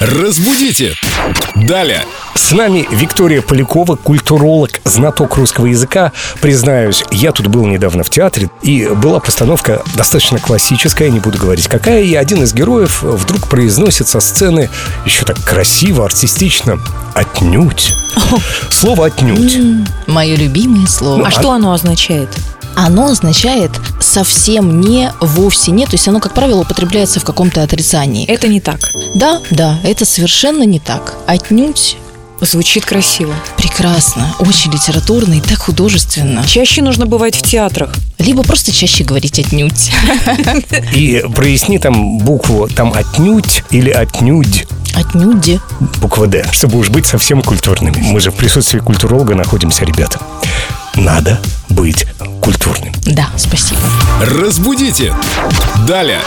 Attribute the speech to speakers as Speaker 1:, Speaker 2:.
Speaker 1: Разбудите! Далее!
Speaker 2: С нами Виктория Полякова, культуролог, знаток русского языка. Признаюсь, я тут был недавно в театре, и была постановка достаточно классическая, не буду говорить какая, и один из героев вдруг произносит со сцены еще так красиво, артистично «отнюдь». Слово «отнюдь».
Speaker 3: Мое любимое слово.
Speaker 4: А что оно означает?
Speaker 3: Оно означает совсем не, вовсе не. То есть оно, как правило, употребляется в каком-то отрицании.
Speaker 4: Это не так.
Speaker 3: Да, да, это совершенно не так. Отнюдь
Speaker 4: Звучит красиво.
Speaker 3: прекрасно, очень литературно и так художественно.
Speaker 4: Чаще нужно бывать в театрах.
Speaker 3: Либо просто чаще говорить отнюдь.
Speaker 2: И проясни там букву, там «отнюдь» или «отнюдь».
Speaker 3: Отнюдь.
Speaker 2: буква «Д», чтобы уж быть совсем культурными. Мы же в присутствии культуролога находимся, ребята. Надо быть культурным.
Speaker 3: Да, спасибо.
Speaker 1: Разбудите! Далее!